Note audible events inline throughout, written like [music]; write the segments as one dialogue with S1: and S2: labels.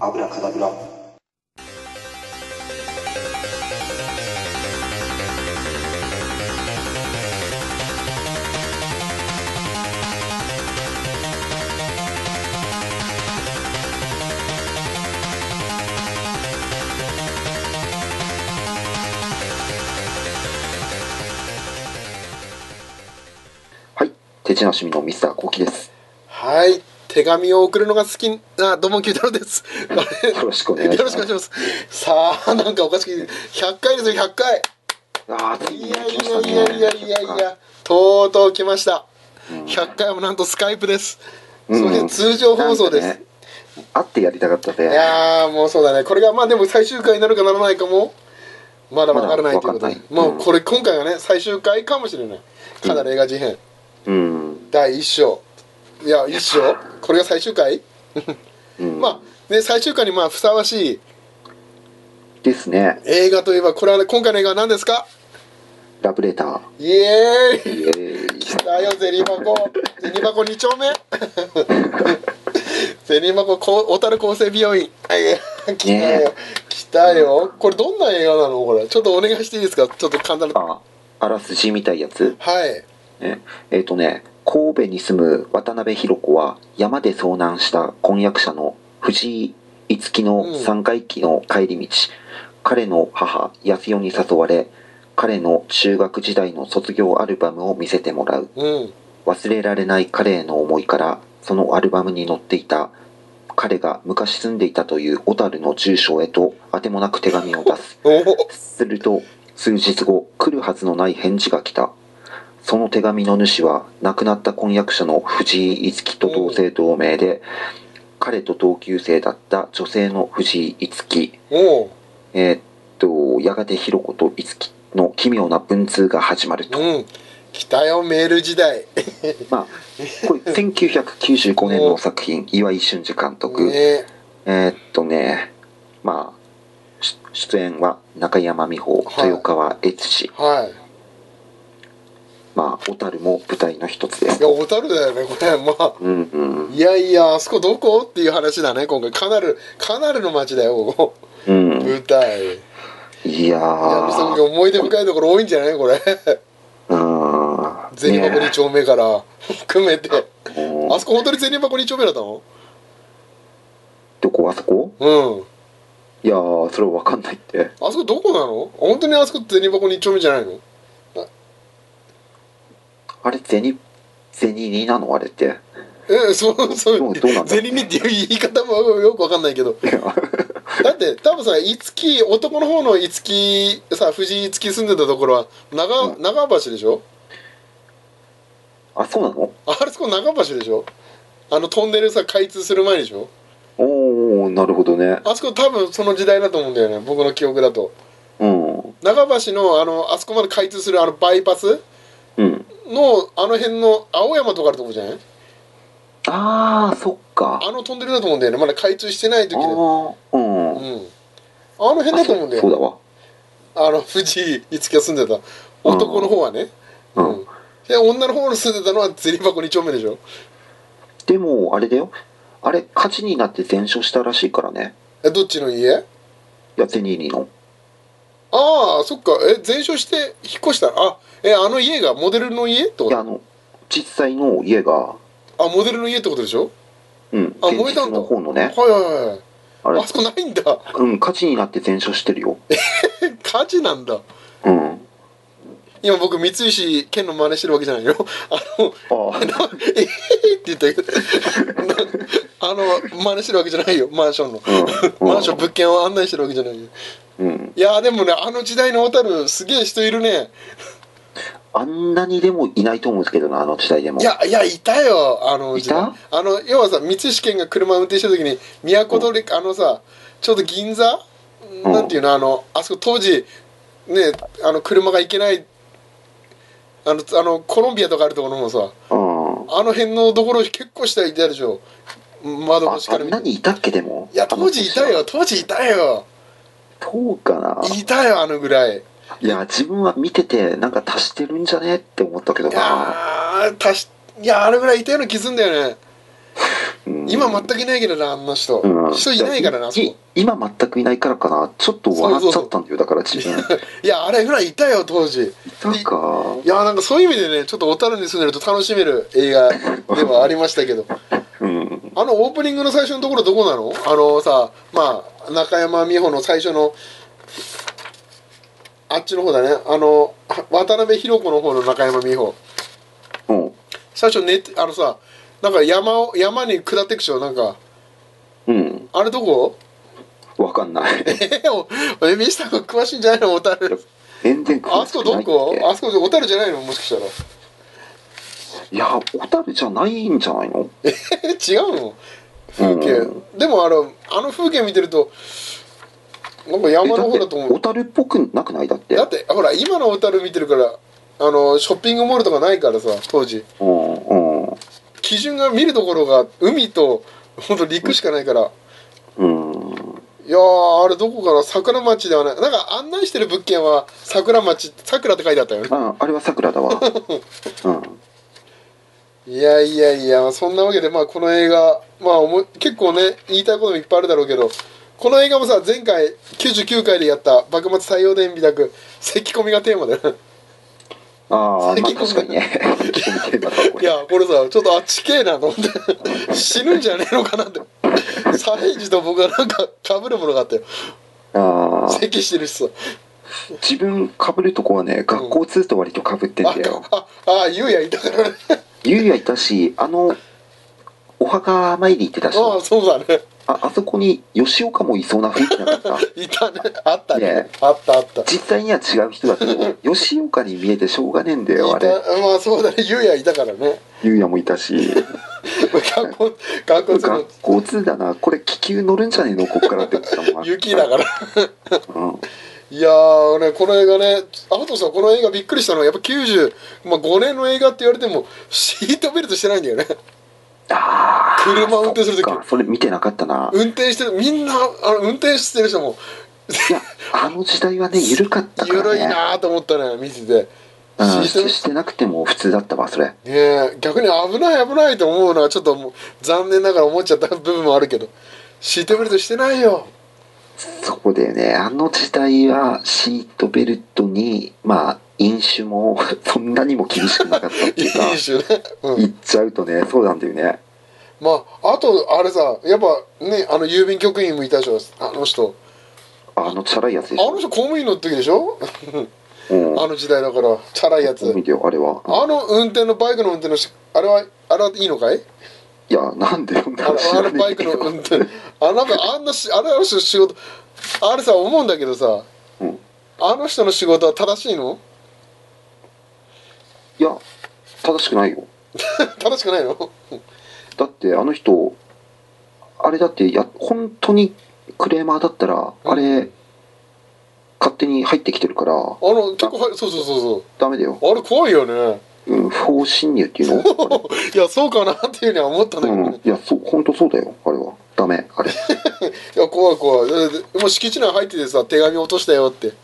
S1: アブラカダブラ
S2: はい手品趣味のミスターコウキです
S3: はい手紙を送るのが好きなどうも九太郎です
S2: [laughs] よろしくお
S3: よ
S2: 願いしま
S3: ろし
S2: す
S3: くお願いしますさあなんかおかしく100回ですよ100回
S2: あーつい
S3: い
S2: に
S3: や
S2: 来
S3: い
S2: ましたね
S3: やいやいやいやいやとうとう来ました
S2: うん
S3: 100回もなんとスカイプです、
S2: うん
S3: そして通常放送です、
S2: なんかね会ってやりたかったで
S3: いやーもうそうだねこれがまあでも最終回になるかならないかもまだわからないというこ
S2: ま
S3: と
S2: だ
S3: で
S2: わ、かんない
S3: もうこれ今回がね最終回かもしれないかなり映画事変、
S2: うん
S3: 第1章いや1章これが最終回
S2: うん
S3: まあね最終回にまあふさわしい
S2: ですね
S3: 映画といえばこれは、ね、今回の映画は何ですか
S2: ラブレター
S3: イエーイ
S2: イエーイ
S3: 来たよゼニ箱ゼニ箱2丁目 [laughs] ゼニ箱こう小樽厚生美容院あいや来た
S2: ねえ
S3: よ来たよこれどんな映画なのこれちょっとお願いしていいですかちょっと簡単な
S2: ああらすじみたいやつ
S3: はい
S2: ねえっ、とね神戸に住む渡辺弘子は山で遭難した婚約者の藤井五木の三回忌の帰り道、彼の母安代に誘われ彼の中学時代の卒業アルバムを見せてもらう
S3: うん
S2: 忘れられない彼への思いからそのアルバムに載っていた彼が昔住んでいたという小樽の住所へとあてもなく手紙を出す
S3: おお
S2: すると数日後来るはずのない返事が来たその手紙の主は亡くなった婚約者の藤井樹と同姓同名で、彼と同級生だった女性の藤井樹
S3: おう
S2: えーっとやがて弘子と樹の奇妙な文通が始まると、
S3: うん来たよメール時代
S2: まあこれ1995年の作
S3: [laughs]
S2: 品岩井俊二監督、
S3: ね
S2: えーっとねまあし出演は中山美穂
S3: はい
S2: 豊川悦司、
S3: はい
S2: まあ、小樽も舞台の一つで
S3: い
S2: す
S3: や。小樽だよねこれまあ
S2: うんうん。
S3: いやいやあそこどこっていう話だね今回カナルカナルの街だよここ
S2: うん。
S3: 舞台い
S2: いや
S3: やみそ
S2: ー。
S3: くん思い出深いところ多いんじゃない
S2: [laughs]
S3: これ
S2: うん。
S3: 銭箱2丁目から含めてあ
S2: ねうん
S3: そこ本当に銭箱2丁目だったの
S2: どこあそこ
S3: うん
S2: いやー、それわかんないって。
S3: あそこどこなの本当にあそこ銭箱2丁目じゃないの
S2: あれ、銭、銭になのあれって。
S3: えそうそう
S2: どうどうなんだ
S3: 銭にっていう言い方もよくわかんないけど
S2: いや
S3: だって多分さ五木男の方の五木さ藤井五木住んでたところは長
S2: う
S3: 長橋でしょ
S2: あ、そうなの
S3: あれそこ長橋でしょあのトンネルさ開通する前でしょ
S2: おー、なるほどね。
S3: あそこ多分その時代だと思うんだよね僕の記憶だと
S2: うん。
S3: 長橋のあのあそこまで開通するあのバイパス
S2: うん。
S3: のあの辺の青山とかあるとこじゃない
S2: あー、そっか。
S3: あのトンネルだと思うんだよねまだ開通してない時
S2: あ
S3: でうんあ
S2: ー、うん。
S3: の辺だと思うんだ
S2: あそう
S3: よ
S2: だわ。
S3: あの藤井樹が住んでた男の方はね
S2: う
S3: うん
S2: ん。
S3: で女の方の住んでたのは銭箱2丁目でしょ
S2: でも、あれだよ。あれ、火事になって全焼したらしいからね。
S3: えどっちの家
S2: いや、銭にの。
S3: ああそっかえ全焼して引っ越したあえあの家がモデルの家ってこ
S2: いや、
S3: と
S2: あの、実際の家が、
S3: あモデルの家ってことでしょ
S2: うん、
S3: あ
S2: 現
S3: 燃えた
S2: 実
S3: んだ
S2: の方の
S3: はい
S2: ね、
S3: はいはい
S2: あれ
S3: あ、そこないんだ
S2: うん、火事になって全焼してるよ。
S3: 火事なんだ
S2: うん。あ
S3: 今僕三石健の真似してるわけじゃないよあの
S2: あ、
S3: 「ええって言ったけどあの真似してるわけじゃないよマンションの、
S2: うん
S3: マンション物件を案内してるわけじゃないよ
S2: うん。
S3: いやーでもねあの時代の小樽すげえ人いるね
S2: あんなにでもいないと思うんですけどな、あの時代でも。
S3: いやいやいたよあの時代
S2: い
S3: あの要はさ三石健が車運転した時に都通り、あのさちょうど銀座、
S2: うん
S3: なんていうのあのあそこ当時ねあの車が行けないあのあのコロンビアとかあるところもさ
S2: うん。あ
S3: あの辺のところ結構下いたでしょ窓越しか
S2: あ
S3: ら
S2: ん
S3: 見
S2: な
S3: て
S2: にいたっけ、でも。
S3: いや当時いたよ。当時いたよ
S2: どうかな。
S3: いたよあのぐらい
S2: いや、自分は見てて、なんか足してるんじゃねって思ったけど
S3: い
S2: な。
S3: やーたしいやあのぐらいいたような気すんだよね
S2: うんうん
S3: 今全くいないけどなあんな人、
S2: うん
S3: 人いないからなあそこ
S2: い今全くいないからかなちょっと笑っちゃったんだよだから自分
S3: いやあれぐらいいたよ当時
S2: なんか
S3: いやなんかそういう意味でねちょっと小樽に住んでると楽しめる映画ではありましたけど
S2: うん
S3: あのオープニングの最初のところどこなのあのさまあ中山美穂の最初のあっちの方だねあの渡辺裕子の方の中山美穂
S2: うん
S3: 最初寝てあのさなんか山を山に下ってくでしょなんか
S2: うん
S3: あれどこ [laughs]
S2: わかんない [laughs]
S3: えおえミスターが詳しいんじゃないの小樽
S2: 全然詳
S3: あ
S2: し
S3: そこ
S2: くな
S3: ど
S2: いって
S3: こあそこ小樽じゃないのもしかしたら
S2: いや小樽じゃないんじゃないの
S3: え違うの風景、でもあれあの風景見てるとなんか
S2: え
S3: 山
S2: だ
S3: の方だ
S2: って
S3: と思
S2: 小
S3: う
S2: 樽っぽくなくないだって
S3: だってほら今の小樽見てるからあのショッピングモールとかないからさ当時
S2: うんうん
S3: 基準が見るところが海とほんと陸しかないから
S2: うん
S3: いやーあれどこかな桜町ではないなんか案内してる物件は桜町桜って書いてあったよね
S2: ああれは桜
S3: [laughs]
S2: だわうん
S3: いやいやいやそんなわけでまあこの映画まあおも結構ね言いたいこともいっぱいあるだろうけどこの映画もさ前回99回でやった「幕末太陽伝美濁」咳込みがテーマだよ
S2: あー、まあ
S3: 咳込む
S2: 確かにね [laughs] 咳込むテーマだこ
S3: [laughs] い
S2: れ
S3: やこれさちょっとあっち系なのって [laughs] 死ぬんじゃねえのかなってサレイジと僕はなんか被るものがあったよ
S2: ああ
S3: 咳してるしさ
S2: 自分かぶるとこはね学校通と割とかぶってん
S3: あ
S2: だよ
S3: ああゆうやいたからね
S2: ゆうやいたしあのお墓参り行ってたし
S3: あ [laughs] あそうだね
S2: ああそこに吉岡もいそうな雰囲気なかった [laughs]
S3: いたねあったね
S2: ね
S3: あったあった
S2: 実際には違う人だけど吉岡に見えてしょうがねえんだよあ
S3: い
S2: れ
S3: たまあそうだねゆうやいたから [laughs] ね
S2: ゆうやもいたし
S3: 学校学校その
S2: 学校通だなこれ気球乗るんじゃねえのこっからって思ったもん
S3: 雪だか
S2: ら、
S3: ら [laughs]
S2: うん、
S3: いやーねこの映画ねあとさこの映画びっくりしたのはやっぱ95、まあ、5年の映画って言われてもシートベルトしてないんだよね
S2: あー
S3: 車運転する時
S2: そっかそれ見てなかったな
S3: 運転してるみんなあの運転してる人も
S2: いやあの時代は
S3: [laughs]
S2: ね緩かったから
S3: 緩い
S2: ね
S3: なーと思ったね見ててシ
S2: うん、
S3: ートベル
S2: してなくても普通だったわそれ
S3: トねえ逆に危ない危ないと思うのはちょっともう残念ながら思っちゃった部分もあるけどシートベルトしてないよ
S2: そこでねあの時代はシートベルトにまあ飲酒も [laughs] そんなにも厳しくなかったって
S3: い
S2: いうか
S3: いしね、うん、
S2: 言っちゃうとねそうなんだよね
S3: まああとあれさやっぱねあの郵便局員もいたでしょあの人
S2: あのチャラいやつ
S3: あ
S2: でしょ
S3: の人公務員の時でしょ
S2: うん
S3: あの時代だからチャラいやつ
S2: 見てよあれは
S3: あの運転のバイクの運転のしあれはあれはいいのかい
S2: いやなんでよ
S3: あのあのバイクの運転あなんかあんなしあれあの人の仕事あれさ思うんだけどさ
S2: うん
S3: あの人の仕事は正しいの
S2: いや正しくないよ
S3: 正しくないの
S2: だってあの人あれだっていや本当にクレーマーだったら
S3: うん
S2: あれ勝手に入ってきてるから
S3: あの結構はそうそうそうそ
S2: ダメだよ、
S3: うあれ怖いよね
S2: うん、不法侵入っていうの
S3: いやそうかなっていうふうには思ったんだけど、
S2: うん
S3: ね、
S2: いやそう本当そうだよあれはダメあれ
S3: いや怖い怖いだってもう敷地内入っててさ手紙落としたよって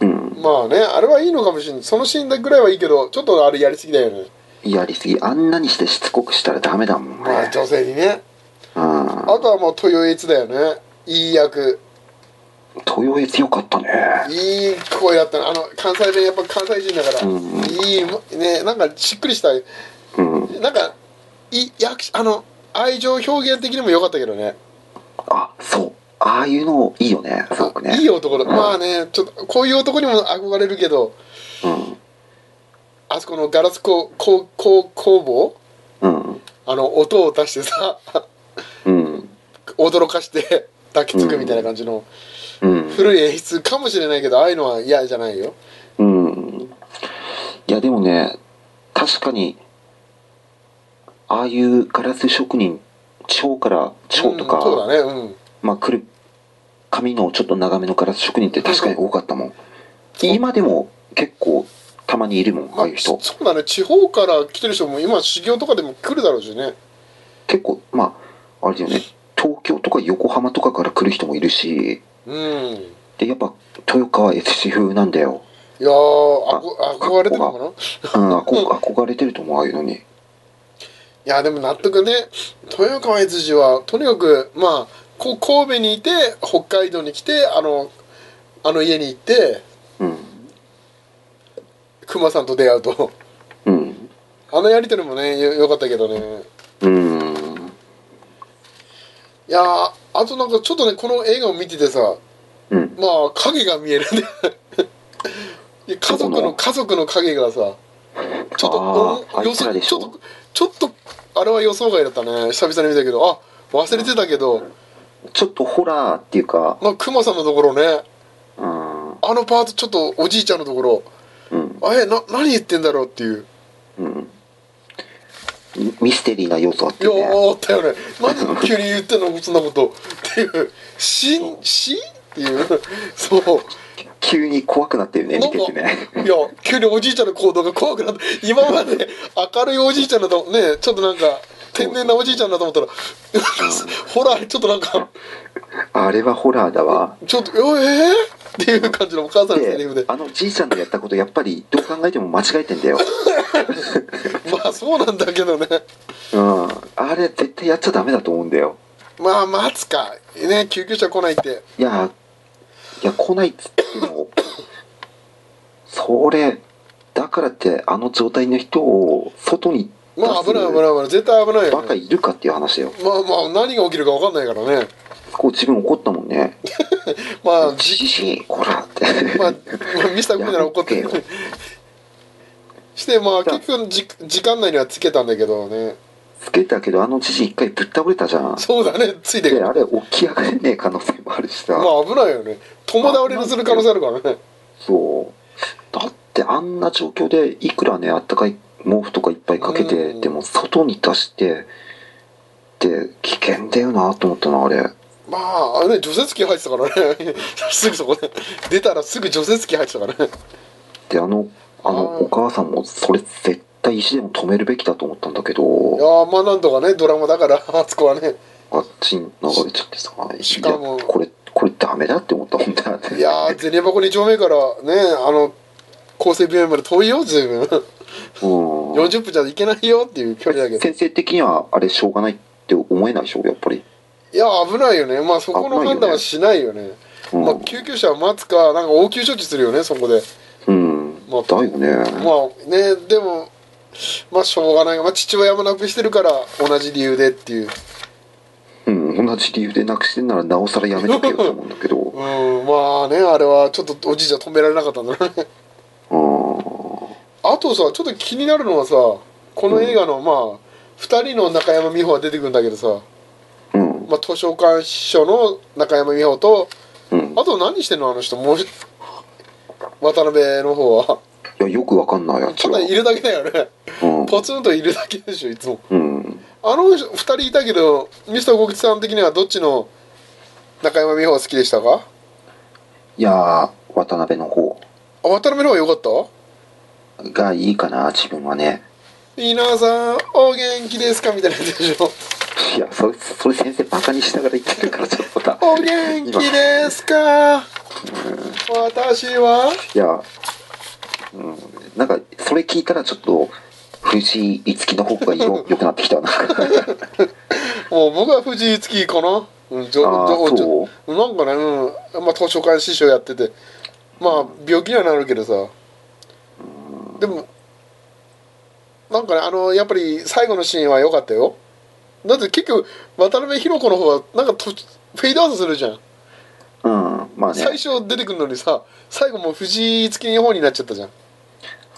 S2: うん
S3: まあねあれはいいのかもしれないそのシーンぐらいはいいけどちょっとあれやりすぎだよね
S2: やりすぎあんなにしてしつこくしたらダメだもん
S3: まあ
S2: ね
S3: 女性にね
S2: うん
S3: あとはもう豊悦だよねいい役
S2: 豊悦よかったね
S3: いい声だったなあの関西弁やっぱ関西人だから、
S2: うんうん
S3: いいねなんかしっくりした
S2: うん
S3: なんかい役あの愛情表現的にも良かったけどね
S2: あそうああいうのいいよねすごくね
S3: いい男だ、
S2: うん
S3: まあねちょっとこういう男にも憧れるけど
S2: うん
S3: あそこのガラス工工工工房
S2: うん
S3: あの音を出してさ [laughs]
S2: うん
S3: 驚かして抱きつくみたいな感じの
S2: うん
S3: 古い演出かもしれないけどああいうのは嫌じゃないよ
S2: うん。いや、でもね、確かに、ああいうガラス職人、蝶から蝶とか、
S3: うんそうだねうん
S2: まあ、来る、髪のちょっと長めのガラス職人って確かに多かったもん。今でも結構たまにいるもん、
S3: ま
S2: あ
S3: あ
S2: あいう人。
S3: そうだね地方から来てる人も今修行とかでも来るだろうしね
S2: 結構、まあ、あれだよね、東京とか横浜とかから来る人もいるし、
S3: うん
S2: で、やっぱ、豊川悦司風なんだよ。
S3: いやーあこ
S2: あ
S3: 憧れてるのかな
S2: う
S3: [laughs]
S2: ん、憧憧れてると思う、ああいうのに。
S3: いやでも納得ね豊川悦司はとにかくまあこ神戸にいて北海道に来てあのあの家に行って
S2: うん
S3: 熊さんと出会うと [laughs]
S2: うん
S3: あのやり取りもねよよかったけどね
S2: うん
S3: いやーあとなんかちょっとねこの映画を見ててさ
S2: うん
S3: まあ影が見えるね [laughs] いや家族
S2: どこ
S3: の
S2: の
S3: 家族の影がさちょっと
S2: あー
S3: うん
S2: あいつらでし
S3: ち
S2: ょ
S3: ょっとちょっとあれは予想外だったね久々に見たけどあ忘れてたけど、
S2: ちょっとホラーっていうか
S3: まあ、クマさんのところね
S2: うん
S3: あのパートちょっとおじいちゃんのところ
S2: うん
S3: あれな何言ってんだろうっていう
S2: うんミミステリーな要素あっ
S3: い
S2: て
S3: や
S2: ね
S3: あったよね何急に言ってんのそんなことっていうしんしんっていう [laughs] そう
S2: 急に怖くなってるね
S3: な
S2: 見
S3: んか
S2: ててね [laughs]
S3: いや急におじいちゃんの行動が怖くなって今まで明るいおじいちゃんだとねちょっとなんか天然なおじいちゃんだと思ったらほらちょっとなんか
S2: あれはホラーだわ
S3: ちょっと「よえー?」っていう感じのお母さんのセリフ
S2: で
S3: で
S2: あのじいちゃんのやったことやっぱりどう考えても間違えてんだよ、
S3: まあそうなんだけどね
S2: うん、あれ絶対やっちゃダメだと思うんだよ
S3: まあ待つかね救急車来ないって
S2: いやいや来ないっつってもそれだからってあの状態の人を外に出
S3: まあ
S2: す
S3: 危ない危ない危ない絶対危ないよ、
S2: バ
S3: ね
S2: カいるかっていう話だよ
S3: まあまあ何が起きるか分かんないからね
S2: こう自分怒ったもんね
S3: まあ
S2: じじいこらって
S3: まあ、まあ、ミスタークミなら怒って
S2: やめてよ
S3: してまあ
S2: だ
S3: 結局じ時間内にはつけたんだけどね
S2: つけたけどあのじじい一回ぶっ倒れたじゃ
S3: [laughs]
S2: ん
S3: そうだねついてく
S2: で
S3: る
S2: あれ起き上がれねえ可能性もあるしさ、
S3: まあ危ないよね友倒れにする可能性あるからね
S2: そうだってあんな状況でいくらねあったかい毛布とかいっぱいかけて、
S3: うん
S2: でも外に出してって危険だよなと思ったなあれ
S3: まああれね除雪機入ってたからね [laughs] すぐそこで出たらすぐ除雪機入ってたからね
S2: であのあの
S3: あー
S2: お母さんもそれ絶対石でも止めるべきだと思ったんだけ
S3: い
S2: ど
S3: やあまあなんとかねドラマだから [laughs] あそこはね
S2: あっちに流れちゃってさ
S3: しかも
S2: いやこれこれダメだって思ったもんだよね
S3: いやー銭箱2丁目からねあの厚生病院まで遠いよ随分
S2: うん
S3: 40分じゃ行けないよっていう距離だけど
S2: 先生的にはあれしょうがないって思えないでしょやっぱり、
S3: いや危ないよねまあそこの判断はしないよね
S2: うん
S3: まあ、救急車を待つかなんか応急処置するよねそこで
S2: うん
S3: まあ
S2: だよね、
S3: まあねでもまあしょうがない、まあ、父親も亡くしてるから同じ理由でっていう
S2: うん、同じ理由でなくしてんならなおさらやめとけよと思うんだけど
S3: うんまあねあれはちょっとおじいちゃん止められなかったんだね
S2: う
S3: あとさちょっと気になるのはさこの映画の、まあ2人の中山美穂が出てくるんだけどさ、
S2: んうん
S3: まあ、図書館司書の中山美穂と
S2: うん
S3: あと何してんのあの人もう [laughs] 一渡辺の方はい
S2: やよくわかんないやつ
S3: ただいるだけだよね
S2: うん
S3: ポツンといるだけでしょいつも
S2: うん
S3: あの人二人いたけどミスター小吉さん的にはどっちの中山美穂が好きでしたか
S2: いやー渡辺の方
S3: あ渡辺の方が良かった
S2: がいいかな自分はね
S3: 皆さんお元気ですかみたいなやつでしょ
S2: いやそれそれ先生バカにしながら言ってるからちょっとだ
S3: お元気ですか私はい
S2: や、うん、なんかそれ聞いたらちょっと藤井五木の方が
S3: [laughs]
S2: よ良くなってきたな
S3: もう僕は藤井月かなうんじょ
S2: あ
S3: じょ
S2: ー
S3: じょ
S2: そ
S3: なんかね、うんまあ、図書館師匠やっててまあ病気にはなるけどさでもなんかねあのやっぱり最後のシーンは良かったよだって結局渡辺裕子の方はなんかとフェードアウトするじゃん、
S2: ううんまあね
S3: 最初出てくるのにさ最後もう藤井月の方になっちゃったじゃん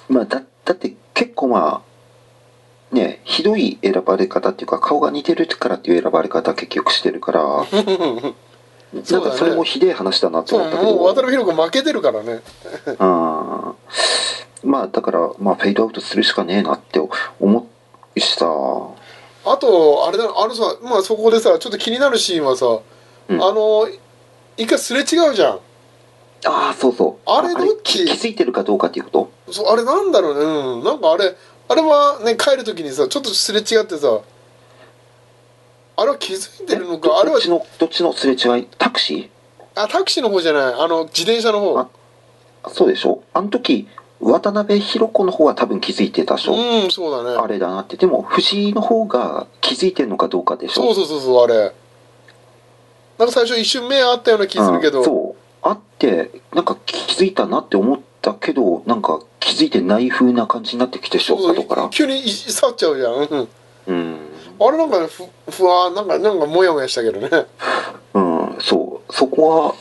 S2: まあ、だだって結構まあねひどい選ばれ方っていうか顔が似てるからっていう選ばれ方結局してるからなん
S3: そうだ
S2: か
S3: ね
S2: それもひでえ話だなと
S3: そう
S2: 思ったけ
S3: [laughs] もう
S2: ど
S3: 渡辺裕子負けてるからね
S2: あまあだから、まあ、フェードアウトするしかねえなって思うしさ
S3: あとあれだあのさまあそこでさちょっと気になるシーンはさ、
S2: うん
S3: あの一回すれ違うじゃん
S2: ああそうそう
S3: あれどっち
S2: 気気づいてるかどうかっていうこと
S3: そうあれなんだろうねうんなんかあれあれはね帰る時にさちょっとすれ違ってさあれは気づいてるのかあれ
S2: ど
S3: は
S2: っちのどっちのすれ違いタクシ
S3: あタクシーの方じゃないあの自転車の
S2: ー
S3: 方
S2: あそうでしょあの時渡辺弘子の方は多分気づいてたでしょ、
S3: うんそうだ
S2: あ
S3: ね
S2: れだなってでも藤井の方が気づいてるのかどうかでしょ
S3: そうそうそうそうあれなんか最初一瞬目あったような気するけど、
S2: うんそうあってなんか気づいたなって思ったけどなんか気づいてない風な感じになってきてしょ
S3: そう
S2: 後から
S3: 急にい去っちゃうじゃんうん
S2: うん、
S3: あれなんかねふふわーなんかなんかモヤモヤしたけどね
S2: うん、そうそこは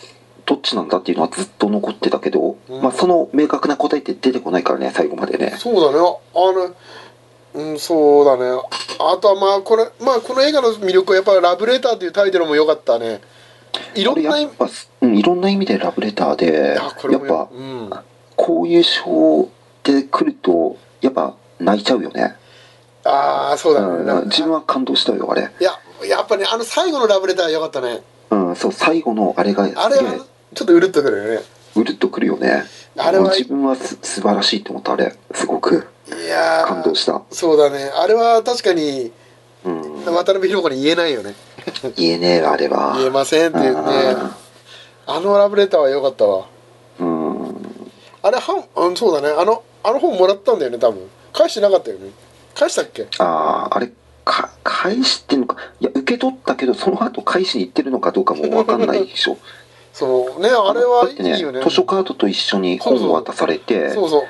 S2: どっちなんだっていうのはずっと残ってたけど、
S3: うん
S2: まあ、その明確な答えって出てこないからね最後までね
S3: そうだねあのうんそうだねあとはまあこれまあこの映画の魅力はやっぱ「ラブレター」っていうタイトルも良かったねいろ
S2: こ
S3: ん
S2: れ
S3: な
S2: や
S3: 意
S2: っぱ、うん、いろんな意味でラブレターで
S3: あこれ
S2: やっ
S3: も
S2: ぱ
S3: うん
S2: こういう章で来るとやっぱ泣いちゃうよね、
S3: ああそうだね、
S2: うん
S3: なんか
S2: 自分は感動したよあれ、
S3: いややっぱねあの最後のラブレター良かったね
S2: うん、そう最後のあれが
S3: あれ
S2: す
S3: は
S2: げえ
S3: ちょっとうるっとくるよね
S2: うるっとくるよね
S3: あれは
S2: 自分はす素晴らしいと思ったあれすごく
S3: いやー
S2: 感動した、
S3: そうだねあれは確かに
S2: うん、
S3: 渡辺裕子に言えないよね
S2: 言えねえわあれは
S3: 言えませんって言ってあのラブレターは良かったわ
S2: うんうん
S3: あれはうんそうだねあのあの本もらったんだよね多分返してなかったよね返したっけ
S2: あああれか返してんのかいや受け取ったけどその後返しに行ってるのかどうかも分かんないでしょ
S3: そうね [laughs] あれは
S2: だって
S3: いいよね
S2: 図書カードと一緒に本を渡されて
S3: そうそう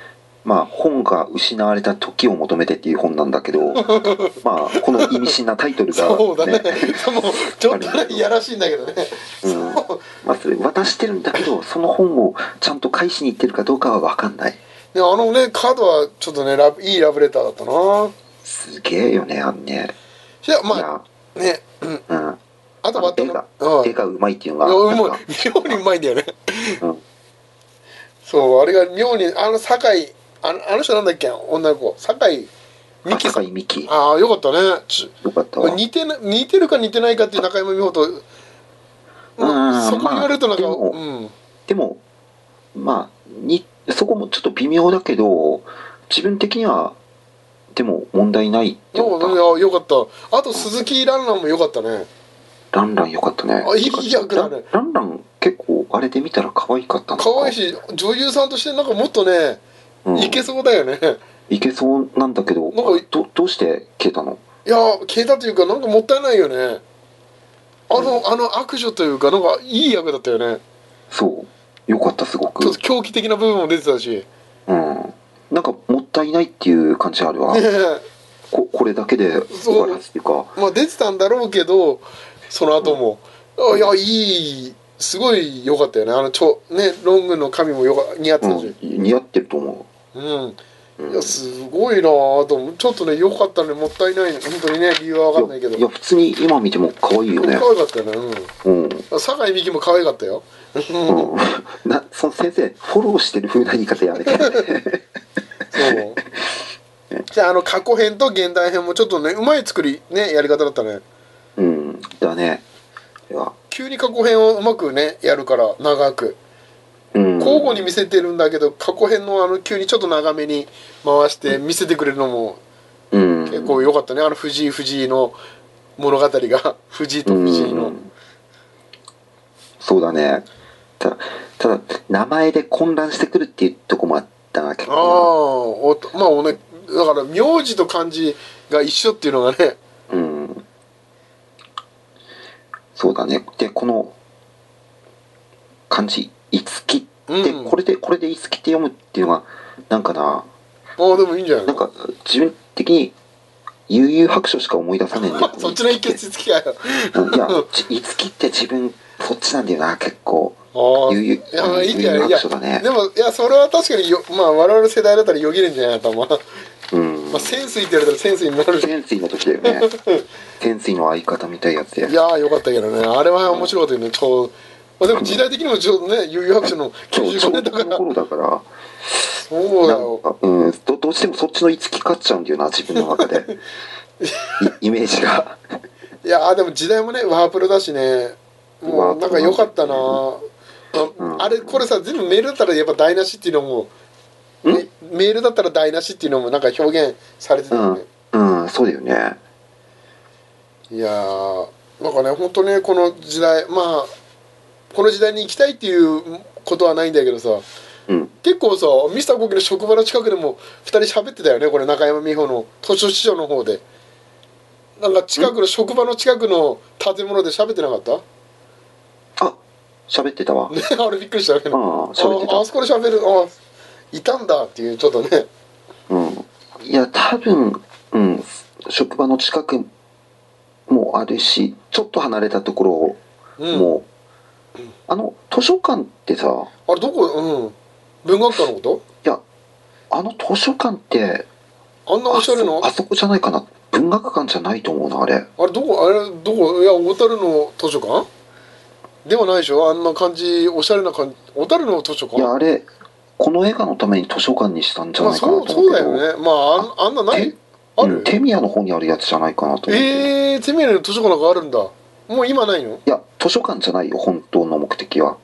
S2: まあ本が失われた時を求めてっていう本なんだけ
S3: [laughs]
S2: どまあこの意味深なタイトルが、ね、 [laughs]
S3: そうだねもうちょっと
S2: あ
S3: ね
S2: れ
S3: いやらしいんだけどね
S2: うん
S3: そう
S2: まあそれ渡してるんだけどその本をちゃんと返しに行ってるかどうかは分かんない
S3: ねあのねカードはちょっとねラブいいラブレターだったな
S2: すげえよねあんね
S3: いや
S2: い
S3: ま
S2: や
S3: あねうん
S2: うん
S3: あとバッタ
S2: 絵が
S3: うん
S2: 絵がうまいっていうの
S3: い
S2: が
S3: やう
S2: なん
S3: ま
S2: か
S3: い妙にうまいんだよね
S2: うん
S3: そうあれが妙にあの酒井あのあの人なんだっけ女の子酒井美紀
S2: 赤
S3: さん
S2: いミキ
S3: ああよかったねち
S2: よかったわ
S3: 似てな似てるか似てないかっていう中山美穂と、ま
S2: う
S3: あ
S2: ん
S3: そこ言われるとなんか、
S2: まあでも
S3: うん
S2: でもまあにそこもちょっと微妙だけど自分的にはでも問題ないって
S3: で
S2: 思
S3: も
S2: った
S3: いやよかったあと鈴木蘭蘭もよかったね
S2: ランランよかったね
S3: あいい役だね
S2: ランラン結構あれで見たら可愛かったな
S3: 可愛いし女優さんとしてなんかもっとね、
S2: うん
S3: いけそうだよね
S2: いけそうなんだけど
S3: なんか
S2: あれどどうして消えたの
S3: いや消えたというかなんかもったいないよねあの、あの悪女というかなんかいい役だったよね
S2: そうよかったすご
S3: ちょっ
S2: く
S3: と狂気的な部分も出てたし
S2: うんなんかもったいないっていう感じあるわここれだけで終わらすっていうか
S3: まあ出てたんだろうけどその後も、あいやいいすごい良かったよねあのちょねロングの髪もよか似合って
S2: う
S3: た
S2: ん
S3: し、
S2: 似合ってると思
S3: うん、
S2: う、うん、
S3: いやすごいなぁと思うちょっとね良かったねもったいないね本当にね理由は分かんないけど
S2: いや普通に今見ても可愛いよね
S3: 可愛かったよねう
S2: うん
S3: ん酒井美紀も可愛かったよ
S2: うん [laughs] なその先生フォローしてる風な言い方やめて
S3: [laughs] そうじゃああの過去編と現代編もちょっとねうまい作りねやり方だったね
S2: うんだねいや
S3: 急に過去編をうまくねやるから長く
S2: うん
S3: 交互に見せてるんだけど過去編のあの急にちょっと長めに回して見せてくれるのも
S2: うん
S3: 結構良かったねあの藤井藤井の物語が [laughs] 藤井と藤井
S2: う
S3: の
S2: んそうだねただただ名前で混乱してくるっていうとこもあったな結
S3: ああ
S2: 構
S3: おとまあおねだから名字と漢字が一緒っていうのがね
S2: なうんそうだねでこの漢字「いつき」って、
S3: うん
S2: これでこれで「いつき」って読むっていうのがなんかな
S3: ああでもいいんじゃない [laughs]
S2: なん
S3: の
S2: か自分的に悠々白書しか思い出さねえんだよ
S3: [laughs] そっちの一決つきかよ
S2: うんいやちいつきって自分そっちなんだよな結構
S3: ああい
S2: 悠
S3: やま
S2: 々
S3: あいいんじゃ
S2: 悠
S3: な
S2: 々
S3: いいや
S2: 白書だね
S3: でもいやそれは確かによまあ我々世代だったらよぎるんじゃない頭、ま
S2: うん
S3: あ、センスいって言われたらセンスになるし
S2: 天水の時だよ
S3: [laughs]
S2: ね天水の相方みたいやつで
S3: いやーよかったけどねあれは面白かったよねちょうまあ、でも時代的にもちょうどね悠々白書の
S2: そうちょ
S3: 95
S2: う
S3: 年
S2: ど
S3: だ
S2: こ
S3: か
S2: の
S3: ら
S2: 頃だから
S3: そうだ
S2: なん
S3: よ
S2: か、うん、どどうしてもそっちのいつき勝っちゃうんだよな自分の中
S3: [laughs]
S2: でいイメージが
S3: いやーでも時代もねワープロだしねもうなんか良かったなあ,、
S2: うん
S3: あれこれさ全部メールだったらやっぱ台無しっていうのも
S2: ん
S3: メメールだったら台無しっていうのもなんか表現されてたよね、
S2: うんそうだよね
S3: いやーなんかね本当ねこの時代まあこの時代に行きたいっていうことはないんだけどさ
S2: うん
S3: 結構さミスターコキの職場の近くでも2人喋ってたよねこれ中山美穂の図書市場の方でなんか近くの職場の近くの建物で喋ってなかった
S2: あ喋ってたわ
S3: ねあれびっくりしたけど
S2: ああ喋って
S3: ああそこで喋るあいたんだっていうちょっとね
S2: たうんいや多分うん職場の近くもあるしちょっと離れたとこ
S3: う
S2: ろ
S3: ん
S2: も、あの図書館ってさ
S3: あれどこうん文学館のこ
S2: あの図書館って
S3: とあんなおしゃれな
S2: あそあそこじゃないかな文学館じゃないと思うなあれ
S3: あれどこあれどこいや小樽の図書館ではないでしょあんな感じおしゃれな感じ小樽の図書
S2: いや
S3: 館
S2: あれこの映画のために図書館にしたんじゃ
S3: まあ
S2: ないかな
S3: そう
S2: と
S3: そ
S2: 思
S3: う
S2: う
S3: だ
S2: けど、
S3: よねまああんあんなない
S2: え
S3: あ
S2: うん
S3: る
S2: 手宮の方にあるやつじゃないかなと思って、
S3: ええー、テミレの図書館なんかあるんだもう今ないの
S2: いや図書館じゃないよ本当の目的は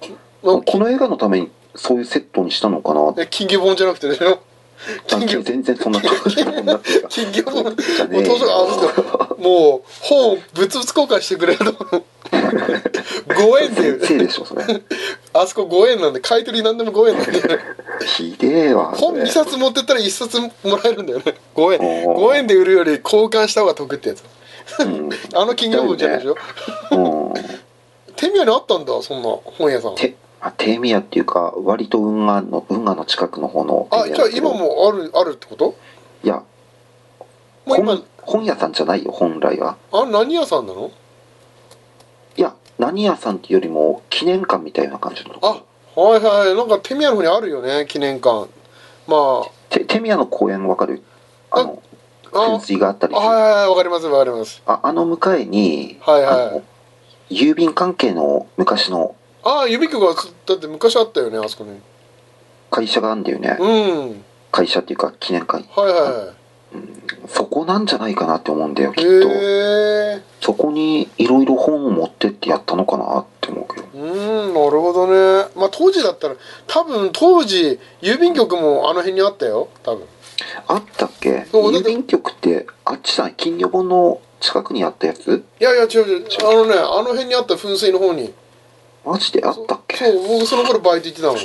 S3: まあ
S2: この映画のためにそういうセットにしたのかな
S3: [laughs] え金魚本じゃなく
S2: [laughs]
S3: てでしょ金魚
S2: 全然そんな感じになってるか
S3: 金魚本 [laughs] もう図
S2: じゃねえ
S3: 書館あるんですかもう本を物々交換してくれるの [laughs] 5円で
S2: 先生でしょそれ
S3: あそこ5円なんで買い取り何でも5円なんで
S2: ひでえわそ
S3: 本
S2: れ
S3: 2冊持ってったら1冊もらえるんだよね5円
S2: おー
S3: 5円で売るより交換した方が得ってやつ
S2: うん
S3: あの金魚本じゃないでしょ
S2: うん
S3: 手土産にあったんだそんな本屋さん
S2: てまあ手宮っていうか割と運河の運河の近くの方の手
S3: あ
S2: 宮
S3: じゃあ
S2: だけど
S3: 今もあるあるってこと
S2: いや
S3: もう今
S2: 本本屋さんじゃないよ本来は
S3: あ何屋さんなの
S2: いや何屋さんっていうよりも記念館みたいな感じのとこ
S3: あはいはいなんか手土産の方にあるよね記念館ま
S2: て手宮の公園わかるあの
S3: ああ
S2: 噴水があったり
S3: あ
S2: する
S3: はいはいわかりますわかります
S2: ああの向かいに、
S3: はいはい
S2: あの郵便関係の昔の
S3: ああ指曲がだって昔あったよねあそこに
S2: 会社があるんだよね、
S3: うんはい
S2: 会社っていうか記念館
S3: はいは
S2: そこなんじゃないかなって思うんだよき
S3: い
S2: っ
S3: へ
S2: と、
S3: え
S2: そこにいろいろ本を持ってってやったのかなって思うけど
S3: うーんなるほどねまあ当時だったら多分当時郵便局もあの辺にあったよ多分
S2: あったっけ
S3: そうだっ
S2: 郵
S3: て
S2: 便局ってあっちさん金魚本の近くにあったやつ
S3: いやいや違う違うあのねあの辺にあった噴水の方に
S2: マジであったっ
S3: そ
S2: け
S3: う僕その頃バイト行ってたもん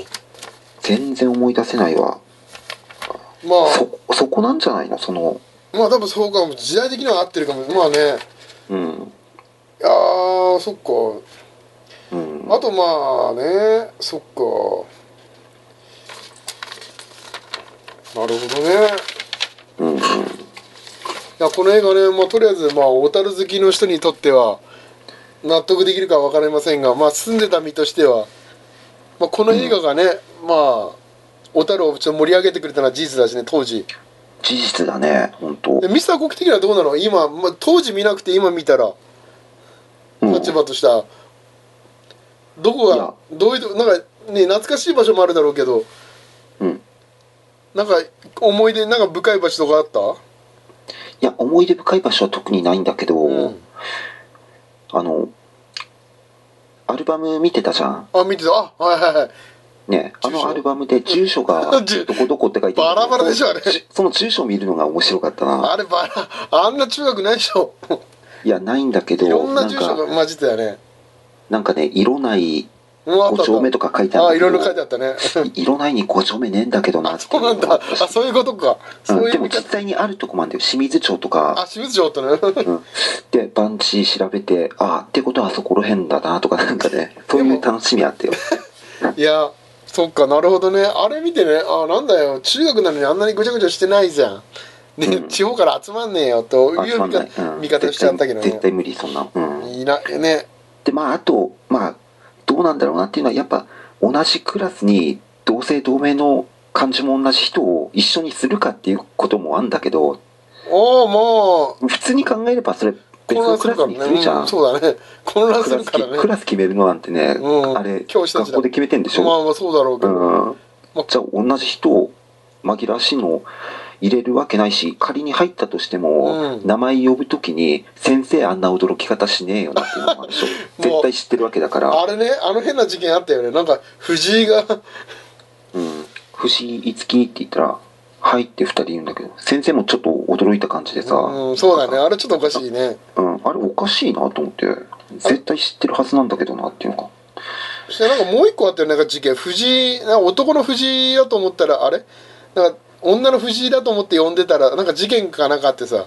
S2: 全然思い出せないわ
S3: まあ
S2: そそこなんじゃないのその
S3: まあ多分そうかも時代的には合ってるかもまあねいや
S2: うん
S3: ーそっか
S2: うん
S3: あとまあねそっかなるほどね
S2: うんうん
S3: いやこの映画ね、まあ、とりあえずまあ小樽好きの人にとっては納得できるかは分かりませんが、まあ、住んでた身としては、まあ、この映画がね、まあ小樽をちょっと盛り上げてくれたのは事実だしね当時
S2: 事実だね本当
S3: でミスター国的にはどうなの今、まあ、当時見なくて今見たら
S2: うん
S3: 立場としたら、どこ
S2: い
S3: が
S2: や
S3: どういうとなんかね懐かしい場所もあるだろうけど
S2: うん
S3: なんか思い出なんか深い場所とかあった
S2: いや思い出深い場所は特にないんだけど、
S3: うん
S2: あのアルバム見てたじゃん
S3: あ見てたあはいはいはい
S2: ねあ
S3: 住
S2: の
S3: 所
S2: アルバムで住所が
S3: [laughs] 住
S2: どこどこって書いてあ
S3: バ
S2: る
S3: ラバラでしょあれ
S2: じその住所を見るのが面白かったな
S3: あれバラあんな中学ないでしょ
S2: いやないんだけ
S3: いろ
S2: ど
S3: ん
S2: な
S3: なん住所
S2: か
S3: が混じってたよね。
S2: なんかね色ない
S3: うん、あっ
S2: 5
S3: た
S2: 丁目とか書いてあ
S3: ああ、
S2: る
S3: い
S2: んだ
S3: ろい
S2: け
S3: ろ書いて
S2: ど
S3: あった
S2: [laughs]
S3: ね。
S2: い色ないに5丁目ねえんだけどなってい
S3: [laughs] そううなんだ。あ、そういうことか。
S2: うん
S3: そうい
S2: で
S3: う
S2: も
S3: 見
S2: 実
S3: 方。
S2: 際にあるとこまで清水町とか
S3: あ、清水町あったね。
S2: でバンチ調べてあってことはあそこら辺だなとかなんかねそういう楽しみあってよ
S3: [laughs] いや、そっか、なるほどね。あれ見てね、あ、なんだよ。中学なのにあんなにぐちゃぐちゃしてないじゃん。ね、
S2: うん
S3: 地方から集まんねえよという
S2: あつまん
S3: 見
S2: ない
S3: 方,、
S2: うん
S3: 見方しちゃったけど
S2: 絶対絶
S3: ね。
S2: 対無理そんなうん
S3: いないね。
S2: でまああとまあどうなんだろうなっていうのはやっぱ同じクラスに同姓同名の漢字も同じ人を一緒にするかっていうこともあんだけど
S3: おお、も
S2: 普通に考えればそれ
S3: う、
S2: 別
S3: 混
S2: の
S3: 乱す
S2: ク
S3: る
S2: ラス
S3: から
S2: にする
S3: ね。
S2: じゃ
S3: うんん、そうだね。 [laughs] 混乱
S2: ク
S3: す
S2: ラ
S3: る
S2: ス
S3: からね。
S2: きクラス決めるのなんてね、
S3: うん
S2: あれ
S3: 教師たちだ
S2: 学校で決めてんでし
S3: ま
S2: ょ、
S3: あまあ、そうだろうけ
S2: う
S3: ど。
S2: んじゃあ同じ人を紛らわしいのを入れるわけないし仮に入ったとしても、
S3: うん
S2: 名前呼ぶときに「先生あんな驚き方しねえよな」っていうのもあ
S3: [laughs]
S2: るでしょ絶対知ってるわけだから、
S3: あれね、あの変な事件あったよね。なんか、藤井が、
S2: うん、藤井樹って言ったら「はい」って2人言うんだけど先生もちょっと驚いた感じでさ、うん
S3: うん、そうだね。あれちょっとおかしいね。
S2: あれおかしいなと思って絶対知ってるはずなんだけどなっていうのが
S3: そしてなんかもう一個あったよなんか事件藤井なんか男の藤井だと思ったらあれなんか女の藤井だと思って呼んでたらなんか事件かなんかあってさ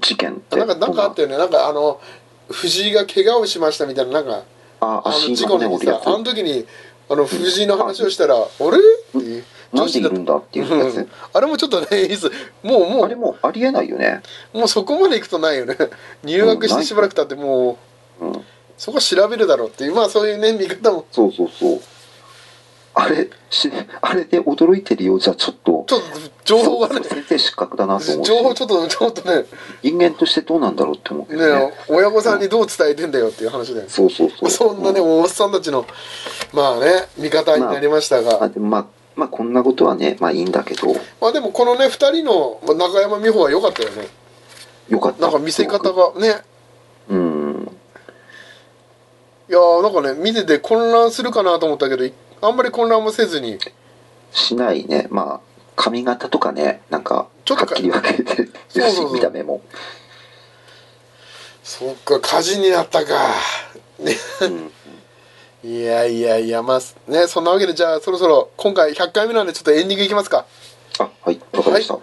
S2: 事件って
S3: なんかなんかあったよねなんかあの藤井が怪我をしましたみたいななんか
S2: あ
S3: あの
S2: 足
S3: 事
S2: がね
S3: 故の
S2: 折
S3: 時
S2: るや
S3: さ
S2: つ
S3: あの時にあの藤井の話をしたら「あれ?」って
S2: なんでいるんだっていうや
S3: う
S2: つ
S3: ん [laughs] あれもちょっとねいいっすもうも
S2: あれもうありえないよね
S3: うもうそこまで行くとな
S2: [laughs]
S3: いよね入学してしばらく経ってもう
S2: うん
S3: そこ調べるだろうっていうまあそういうね見方も
S2: そうそうそうあれしあれで驚いてるようじゃちょっと
S3: ちょっと情報がね
S2: そう先生失格だなと思うし
S3: 情報ちょっとちょっとね
S2: 人間としてどうなんだろうって思うけどね
S3: ね親御さんにどう伝えてんだよっていう話だよね
S2: そうそうそう
S3: そんなね
S2: う
S3: おっさんたちのまあね味方になりました
S2: まあ
S3: が
S2: でもまあまあこんなことはねまあいいんだけど
S3: まあでもこのね2人のまあ中山美穂は良かったよね
S2: よかった
S3: なんか見せ方がね
S2: うん
S3: いやーなんかね見てて混乱するかなと思ったけどいあんまり混乱もせずに
S2: しないねまあ髪型とかねなんか
S3: ちょっと
S2: はっきり分けてるし
S3: そうそうそう
S2: 見た目も、
S3: そっか火事になったかね
S2: うん、
S3: いやいやいやまあねそんなわけでじゃあそろそろ今回100回目なんでちょっとエンディングいきますか
S2: あはいわかりました、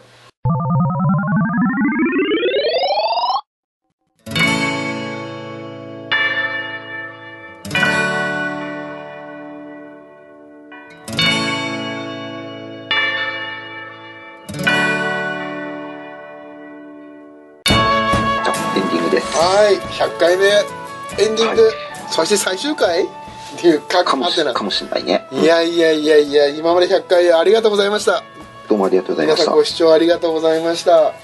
S2: じゃあエンディングです
S3: はい100回目エンディング、
S2: はい
S3: そして最終回っていうか
S2: か
S3: あ
S2: も
S3: って
S2: し
S3: な
S2: かもしれないね
S3: いやいやいやいや今まで100回ありがとうございました
S2: どうもありがとうござい
S3: 皆
S2: まし
S3: さ
S2: た
S3: んご視聴ありがとうございました
S2: はい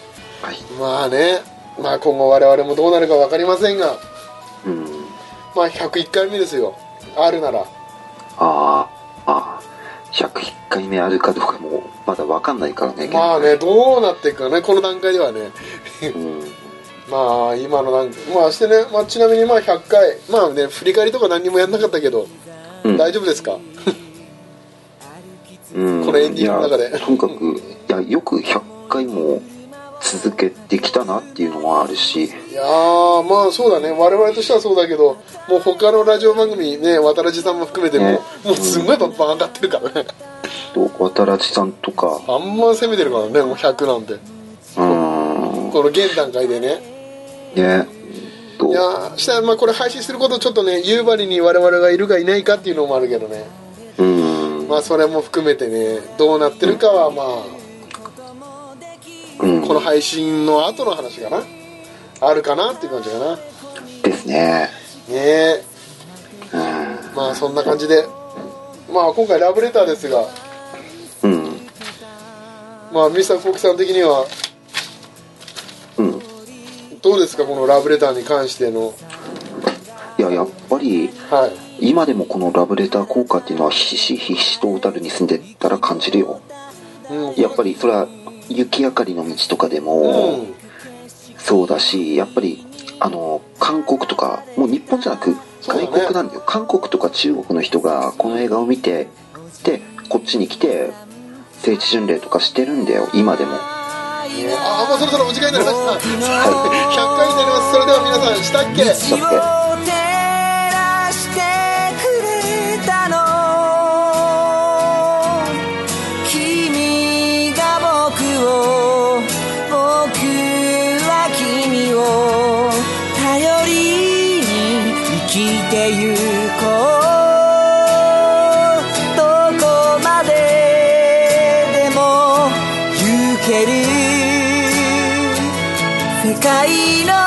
S3: まあねまあ今後我々もどうなるか分かりませんが
S2: うん
S3: まあ101回目ですよあるなら
S2: あーあー101回目あるかどうかもまだわかんないからね
S3: まあねどうなっていくかねこの段階ではね
S2: うん
S3: まあ今のなんまあしてね、まあ、ちなみにまあ100回まあね振り返りとか何にもやんなかったけど、
S2: うん
S3: 大丈夫ですか
S2: うん
S3: このエンディングの中で
S2: いやとにかくいやよく100回も続けてきたなっていうのはあるし
S3: いやーまあそうだね我々としてはそうだけどもう他のラジオ番組ね渡辺さんも含めても,、
S2: ね
S3: もうすんごいバンバン上がってるからね
S2: と渡良地さんとか
S3: あんま攻めてるからねもう100なんて
S2: うーん
S3: この現段階でね
S2: ねと
S3: いやーしたらまあこれ配信することちょっとね夕張に我々がいるかいないかっていうのもあるけどね
S2: うーん
S3: まあそれも含めてねどうなってるかはまあ
S2: うん
S3: この配信の後の話かなあるかなっていう感じかなね
S2: ですね
S3: え
S2: う
S3: まあそんな感じでまあ今回ラブレターですが
S2: んうん
S3: まあミスターフォークさん的には
S2: うん
S3: どうですかこのラブレターに関しての
S2: いややっぱり
S3: はい
S2: 今でもこのラブレター効果っていうのはひしひしひしと小樽に住んでたら感じるよ
S3: うん
S2: やっぱりそれは雪明かりの道とかでも、
S3: うん
S2: そうだしやっぱりあの韓国とかもう日本じゃなく
S3: そうだね
S2: 外国なんだよ韓国とか中国の人がこの映画を見てでこっちに来て聖地巡礼とかしてるんだよ今でも
S3: ねああもうそろそろお時間になりました100回にな
S2: は
S3: りますそれでは皆さんしたっけ
S2: いだって
S1: を照らしてくれたの君が僕を僕は君を頼りに生きてゆこうどこまででも行ける世界の